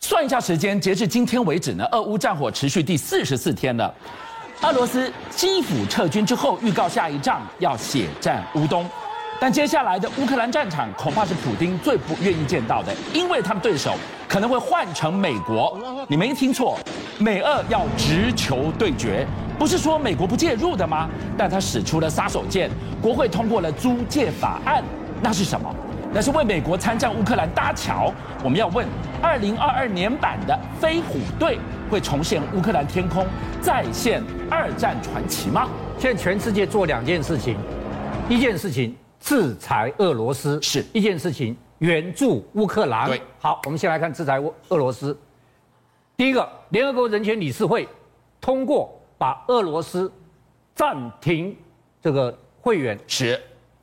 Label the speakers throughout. Speaker 1: 算一下时间，截至今天为止呢，俄乌战火持续第四十四天了。俄罗斯基辅撤军之后，预告下一仗要血战乌东，但接下来的乌克兰战场恐怕是普丁最不愿意见到的，因为他们对手可能会换成美国。你没听错，美俄要直球对决，不是说美国不介入的吗？但他使出了杀手锏，国会通过了租借法案，那是什么？那是为美国参战乌克兰搭桥。我们要问，二零二二年版的飞虎队会重现乌克兰天空，再现二战传奇吗？
Speaker 2: 现在全世界做两件事情，一件事情制裁俄罗斯，
Speaker 1: 是
Speaker 2: 一件事情援助乌克兰。
Speaker 1: 对
Speaker 2: 好，我们先来看制裁俄俄罗斯。第一个，联合国人权理事会通过把俄罗斯暂停这个会员，
Speaker 1: 是，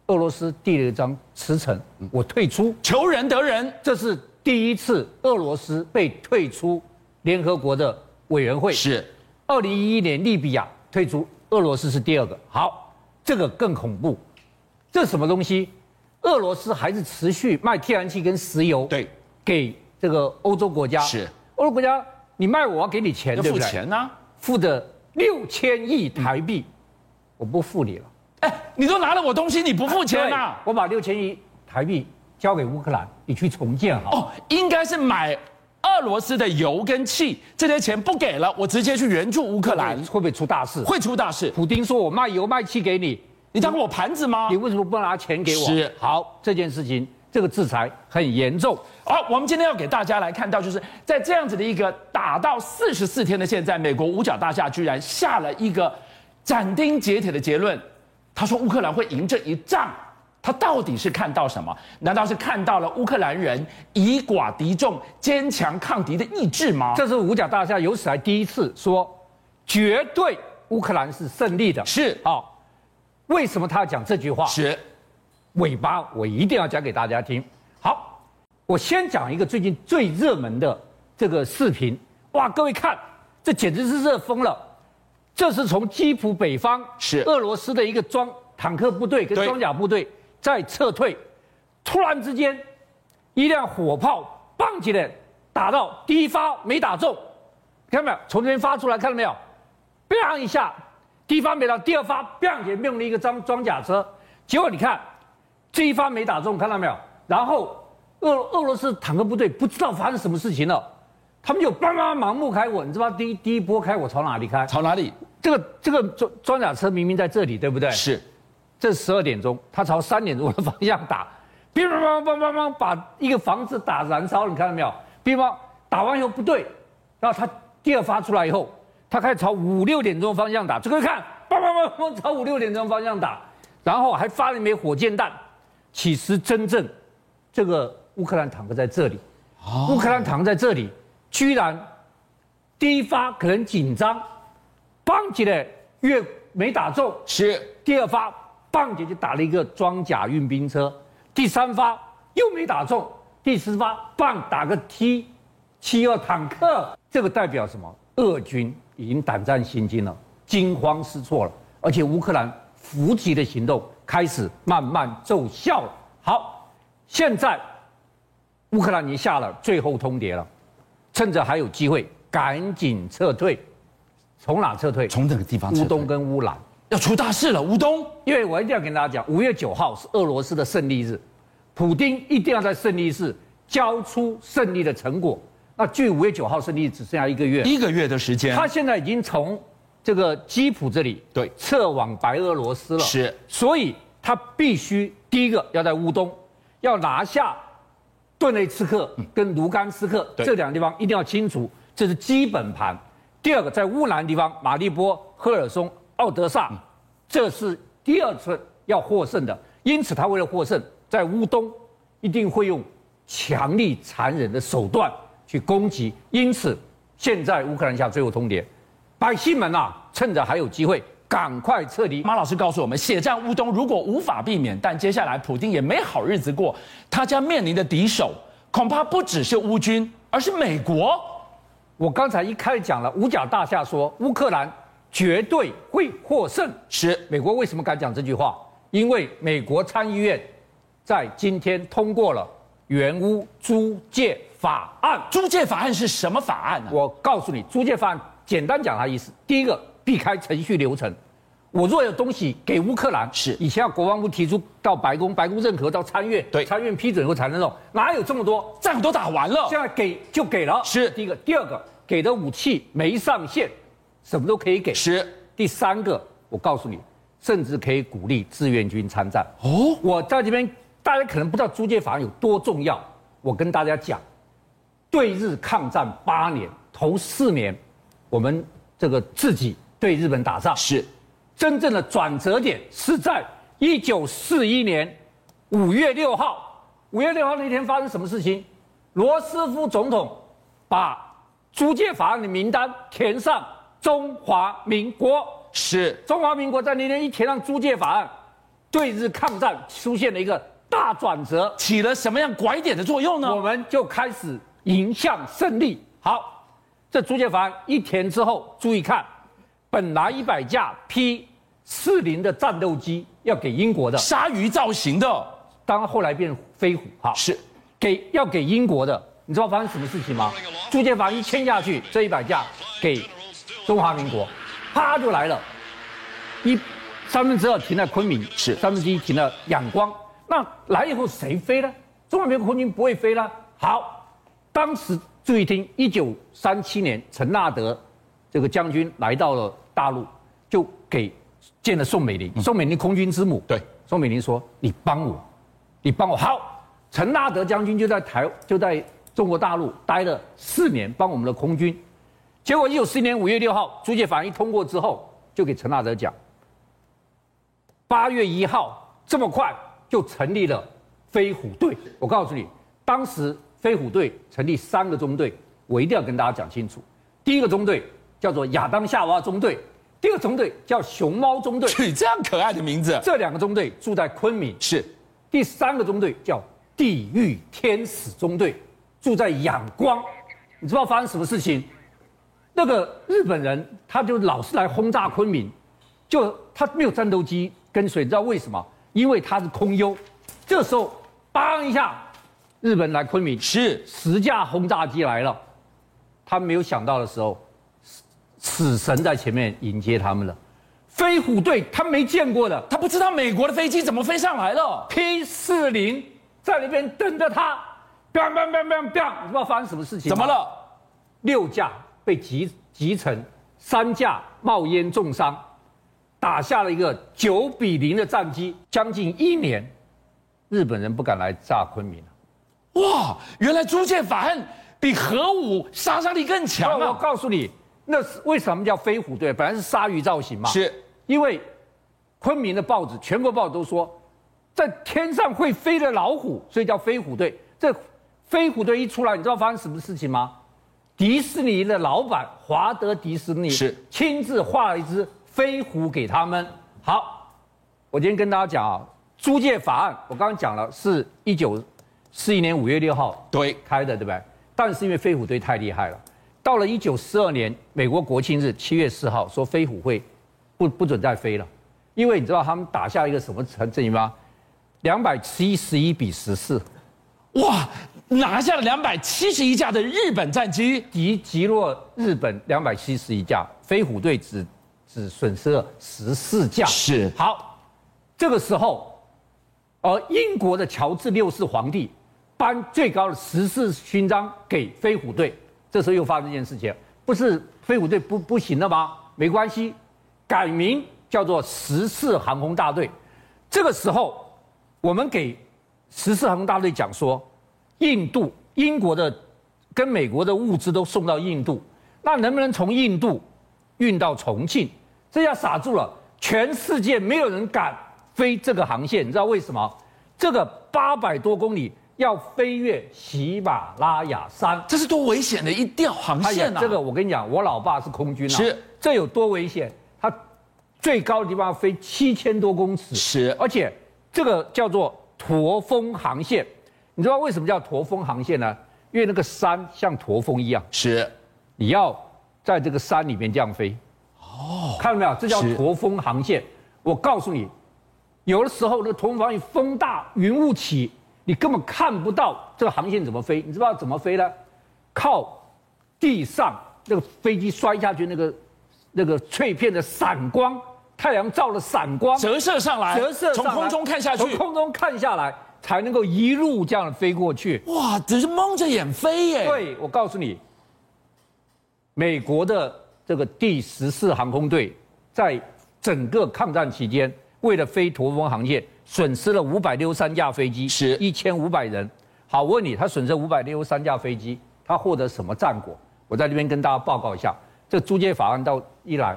Speaker 2: 俄罗斯递了一张辞呈，
Speaker 1: 嗯
Speaker 2: 我退出。
Speaker 1: 求人得人，
Speaker 2: 这是第一次俄罗斯被退出联合国的委员会。
Speaker 1: 是
Speaker 2: 二零一一年利比亚退出，俄罗斯是第二个。好，这个更恐怖，这什么东西？俄罗斯还是持续卖天然气跟石油，
Speaker 1: 对，
Speaker 2: 给这个欧洲国家。
Speaker 1: 是
Speaker 2: 欧洲国家，你卖我，我要给你钱，
Speaker 1: 要
Speaker 2: 对不
Speaker 1: 付
Speaker 2: 对？
Speaker 1: 钱啊呢、
Speaker 2: 付的六千亿台币，我不付你了。
Speaker 1: 哎，你都拿了我东西，你不付钱啊呐、
Speaker 2: 对我把六千亿台币交给乌克兰，你去重建好。
Speaker 1: 哦，应该是买俄罗斯的油跟气，这些钱不给了，我直接去援助乌克兰，
Speaker 2: 会不会出大事？
Speaker 1: 会出大事。
Speaker 2: 普丁说：“我卖油卖气给你，
Speaker 1: 你当我盘子吗
Speaker 2: 你？为什么不拿钱给我？”
Speaker 1: 是
Speaker 2: 好，这件事情这个制裁很严重。
Speaker 1: 好，我们今天要给大家来看到，就是在这样子的一个打到四十四天的现在，美国五角大厦居然下了一个斩钉截铁的结论，他说乌克兰会赢这一仗。他到底是看到什么？难道是看到了乌克兰人以寡敌众、坚强抗敌的意志吗？
Speaker 2: 这是五角大厦有史以来第一次说，绝对乌克兰是胜利的。
Speaker 1: 是
Speaker 2: 哦，为什么他要讲这句话？
Speaker 1: 是
Speaker 2: 尾巴我一定要讲给大家听。好，我先讲一个最近最热门的这个视频，哇，各位看，这简直是热疯了。这是从基辅北方
Speaker 1: 是
Speaker 2: 俄罗斯的一个装坦克部队跟
Speaker 1: 对
Speaker 2: 装甲部队在撤退，突然之间，一辆火炮棒起来打到第一发没打中，看到没有？从这边发出来，看到没有？砰一下，第一发没打，第二发砰也命了一个装装甲车，结果你看这一发没打中，看到没有？然后俄俄罗斯坦克部队不知道发生什么事情了，他们就帮忙盲目开火，你知道第一第一波开火朝哪里开？
Speaker 1: 朝哪里？
Speaker 2: 这个这个装装甲车明明在这里，对不对？
Speaker 1: 是
Speaker 2: 这十二点钟，他朝三点钟的方向打，乒乓乓乓乓乓，把一个房子打燃烧，你看到没有？乒乓打完以后不对，然后他第二发出来以后，他开始朝五六点钟方向打，这个看，砰砰砰砰，朝五六点钟方向打，然后还发了一枚火箭弹。其实真正这个乌克兰坦克在这里，
Speaker 1: 哦
Speaker 2: 乌克兰坦克在这里，居然第一发可能紧张，邦起来越没打中，
Speaker 1: 是。
Speaker 2: 第二发棒姐就打了一个装甲运兵车，第三发又没打中，第四发棒打个 T 七二坦克，这个代表什么？俄军已经胆战心惊了，惊慌失措了，而且乌克兰伏击的行动开始慢慢奏效了。好，现在乌克兰已经下了最后通牒了，趁着还有机会，赶紧撤退。从哪撤退？
Speaker 1: 从哪个地方撤
Speaker 2: 乌
Speaker 1: 退
Speaker 2: 东跟乌兰。
Speaker 1: 要出大事了，乌东
Speaker 2: 因为我一定要跟大家讲，五月九号是俄罗斯的胜利日，普京一定要在胜利日交出胜利的成果。那距五月九号胜利只剩下一个月，
Speaker 1: 一个月的时间，
Speaker 2: 他现在已经从这个基辅这里
Speaker 1: 对
Speaker 2: 撤往白俄罗斯了，
Speaker 1: 是，
Speaker 2: 所以他必须第一个要在乌东要拿下顿内茨克跟卢甘斯克、
Speaker 1: 对
Speaker 2: 这两个地方一定要清楚，这是基本盘。第二个在乌南地方，马利波、赫尔松、奥德萨，这是第二次要获胜的。因此，他为了获胜，在乌东一定会用强力、残忍的手段去攻击。因此，现在乌克兰下最后通牒，百姓们啊，趁着还有机会，赶快撤离。
Speaker 1: 马老师告诉我们，血战乌东如果无法避免，但接下来普丁也没好日子过，他将面临的敌手恐怕不只是乌军，而是美国。
Speaker 2: 我刚才一开始讲了，五角大厦说乌克兰绝对会获胜。
Speaker 1: 是
Speaker 2: 美国为什么敢讲这句话？因为美国参议院在今天通过了援乌租借法案。
Speaker 1: 租借法案是什么法案呢、啊
Speaker 2: 我告诉你，租借法案简单讲它意思：第一个，避开程序流程。我若有东西给乌克兰，
Speaker 1: 是
Speaker 2: 以前要国防部提出到白宫，白宫认可到参院，
Speaker 1: 对
Speaker 2: 参院批准以后才能弄，哪有这么多？
Speaker 1: 仗都打完了
Speaker 2: 现，在给就给了，
Speaker 1: 哦是
Speaker 2: 第一个。第二个，给的武器没上限，什么都可以给。
Speaker 1: 是
Speaker 2: 第三个，我告诉你，甚至可以鼓励志愿军参战。
Speaker 1: 哦，
Speaker 2: 我在这边，大家可能不知道租借法案有多重要。我跟大家讲，对日抗战八年，头四年，我们这个自己对日本打仗，
Speaker 1: 是
Speaker 2: 真正的转折点是在一九四一年五月六号。五月六号那天发生什么事情？罗斯福总统把租借法案的名单填上中华民国。
Speaker 1: 是
Speaker 2: 中华民国在那天一填上租借法案，对日抗战出现了一个大转折，
Speaker 1: 起了什么样拐点的作用呢
Speaker 2: 我？们就开始迎向胜利。好，这租借法案一填之后，注意看，本来一百架 P 四零的战斗机要给英国的，
Speaker 1: 鲨鱼造型的，
Speaker 2: 当然后来变飞虎，好
Speaker 1: 是
Speaker 2: 给要给英国的，你知道发生什么事情吗？租借法案一签下去，这一百架给中华民国，啪就来了，一三分之二停在昆明，
Speaker 1: 是
Speaker 2: 三分之一停在仰光。那来以后谁飞呢？中华民国空军不会飞了。好，当时注意听，一九三七年陈纳德这个将军来到了大陆，就给见了宋美龄，宋美龄空军之母。
Speaker 1: 对，
Speaker 2: 宋美龄说：“你帮我，你帮我好。”陈纳德将军就在台就在中国大陆待了四年，帮我们的空军。结果一九四一年五月六号，租借法案一通过之后，就给陈纳德讲，八月一号这么快就成立了飞虎队。我告诉你，当时飞虎队成立三个中队，我一定要跟大家讲清楚。第一个中队叫做亚当夏娃中队，第二个中队叫熊猫中队。
Speaker 1: 取这样可爱的名字，
Speaker 2: 这两个中队住在昆明，
Speaker 1: 是
Speaker 2: 第三个中队叫地狱天使中队，住在仰光。你知道发生什么事情？那个日本人他就老是来轰炸昆明，就他没有战斗机跟随，你知道为什么？因为他是空优。这时候，梆一下，日本来昆明，
Speaker 1: 是
Speaker 2: 十架轰炸机来了，他们没有想到的时候，死死神在前面迎接他们了。飞虎队他没见过的，
Speaker 1: 他不知道美国的飞机怎么飞上来了，
Speaker 2: P 四零在那边等着他，biang biang biang biang biang，你知道发生什么事情？
Speaker 1: 怎么？了？
Speaker 2: 六架被击击沉，三架冒烟重伤，打下了一个九比零的战绩。将近一年，日本人不敢来炸昆明了。
Speaker 1: 哇，原来租借法案比核武杀伤力更强
Speaker 2: 那我
Speaker 1: 啊！
Speaker 2: 告诉你，那是为什么叫飞虎队？本来是鲨鱼造型嘛，
Speaker 1: 是
Speaker 2: 因为昆明的报纸，全国报纸都说，在天上会飞的老虎，所以叫飞虎队。这飞虎队一出来，你知道发生什么事情吗？迪士尼的老板华德迪士尼
Speaker 1: 是
Speaker 2: 亲自画了一只飞虎给他们。好，我今天跟大家讲啊，租借法案，我刚刚讲了，是一九四一年五月六号
Speaker 1: 对，
Speaker 2: 开的，对不对？但是因为飞虎队太厉害了，到了一九四二年美国国庆日七月四号，说飞虎会不不准再飞了，因为你知道他们打下一个什么成绩吗？两百七十一比十四，
Speaker 1: 哇，拿下了两百七十一架的日本战机，
Speaker 2: 击击落日本两百七十一架，飞虎队只只损失了十四架。
Speaker 1: 是
Speaker 2: 好，这个时候，而英国的乔治六世皇帝颁最高的十四勋章给飞虎队，这时候又发生一件事情，不是飞虎队不不行了吗？没关系，改名叫做十四航空大队。这个时候，我们给十四航空大队讲说，印度、英国的跟美国的物资都送到印度，那能不能从印度运到重庆？这下傻住了，全世界没有人敢飞这个航线，你知道为什么？这个八百多公里要飞越喜马拉雅山。
Speaker 1: 这是多危险的一条航
Speaker 2: 哎呀
Speaker 1: 线啊！
Speaker 2: 这个我跟你讲，我老爸是空军啊，
Speaker 1: 是
Speaker 2: 这有多危险？他最高的地方要飞七千多公尺，
Speaker 1: 是
Speaker 2: 而且这个叫做驼峰航线。你知道为什么叫驼峰航线呢？因为那个山像驼峰一样，
Speaker 1: 是
Speaker 2: 你要在这个山里面这样飞。哦，看到没有？这叫
Speaker 1: 是
Speaker 2: 驼峰航线。我告诉你，有的时候那个驼峰航线风大云雾起，你根本看不到这个航线怎么飞，你知道怎么飞呢？靠地上那个飞机摔下去那个那个脆片的闪光，太阳照的闪光，
Speaker 1: 折射上来，
Speaker 2: 折射上
Speaker 1: 从
Speaker 2: 来
Speaker 1: 空中看下
Speaker 2: 从
Speaker 1: 去，
Speaker 2: 空中看下来才能够一路这样飞过去。
Speaker 1: 哇，只是蒙着眼飞耶。，
Speaker 2: 对，哎我告诉你，美国的这个第十四航空队在整个抗战期间，为了飞驼峰航线，损失了五百六三架飞机，
Speaker 1: 是
Speaker 2: 一千五百人。好，我问你，他损失五百六三架飞机，他获得什么战果？我在这边跟大家报告一下，这租借法案到伊朗，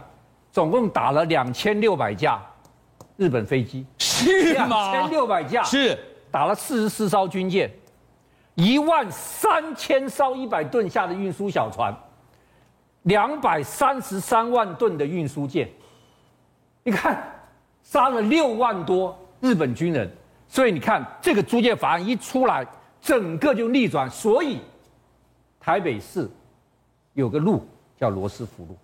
Speaker 2: 总共打了两千六百架日本飞机，
Speaker 1: 是
Speaker 2: 两
Speaker 1: 吗
Speaker 2: 千？六百架
Speaker 1: 是
Speaker 2: 打了四十四艘军舰，一万三千艘一百吨下的运输小船，两百三十三万吨的运输舰。你看，杀了六万多日本军人，所以你看这个租借法案一出来，整个就逆转。所以，台北市有个路叫罗斯福路，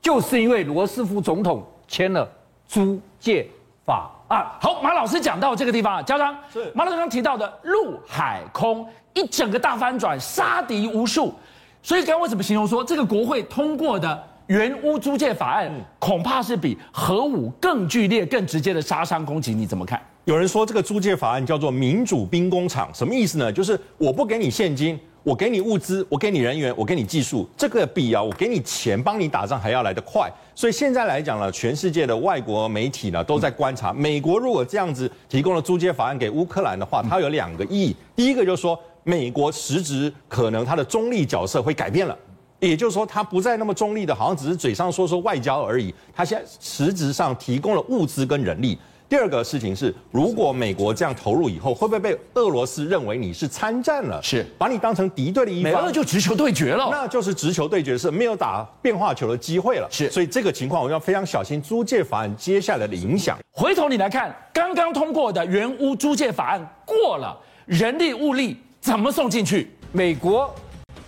Speaker 2: 就是因为罗斯福总统签了租借法案。
Speaker 1: 啊好，马老师讲到这个地方啊，家长
Speaker 3: 是
Speaker 1: 马老师刚刚提到的陆海空一整个大翻转，杀敌无数。所以刚刚为什么形容说这个国会通过的原屋租借法
Speaker 3: 嗯
Speaker 1: 案，恐怕是比核武更剧烈、更直接的杀伤攻击？你怎么看？
Speaker 3: 有人说这个租借法案叫做民主兵工厂，什么意思呢？就是我不给你现金，我给你物资，我给你人员，我给你技术，这个比啊我给你钱帮你打仗还要来得快。所以现在来讲呢，全世界的外国媒体呢都在观察，美国如果这样子提供了租借法案给乌克兰的话，它有两个意义，第一个就是说美国实质可能它的中立角色会改变了。也就是说，他不再那么中立的，好像只是嘴上说说外交而已。他现在实质上提供了物资跟人力。第二个事情是，如果美国这样投入以后，会不会被俄罗斯认为你是参战了？
Speaker 1: 是
Speaker 3: 把你当成敌对的一
Speaker 1: 美
Speaker 3: 方
Speaker 1: 俄？就直球对决了。
Speaker 3: 那就是直球对决是没有打变化球的机会了。
Speaker 1: 是
Speaker 3: 所以这个情况我们要非常小心租借法案接下来的影响。
Speaker 1: 回头你来看，刚刚通过的原屋租借法案过了，人力物力怎么送进去？
Speaker 2: 美国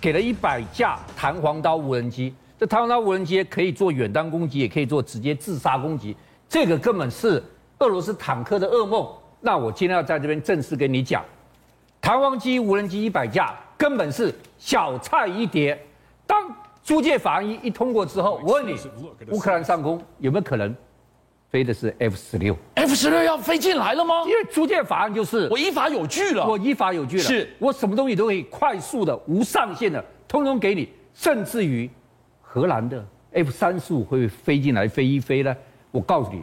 Speaker 2: 给了一百架弹簧刀无人机，这弹簧刀无人机可以做远端攻击，也可以做直接自杀攻击，这个根本是俄罗斯坦克的噩梦。那我今天要在这边正式跟你讲，弹簧机无人机一百架根本是小菜一碟。当租借法案一一通过之后，我问你，乌克兰上空有没有可能飞的是 F 十六？
Speaker 1: F 十六要飞进来了吗？
Speaker 2: 因为租借法案就是
Speaker 1: 我依法有据了。
Speaker 2: 我依法有据了，
Speaker 1: 是
Speaker 2: 我什么东西都可以快速的、无上限的，通通给你，甚至于荷兰的 F 三十五会飞进来飞一飞呢？我告诉你，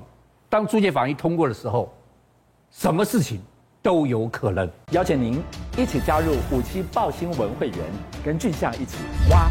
Speaker 2: 当租借法案一通过的时候，什么事情都有可能。
Speaker 4: 邀请您一起加入五七报新闻会员，跟俊相一起挖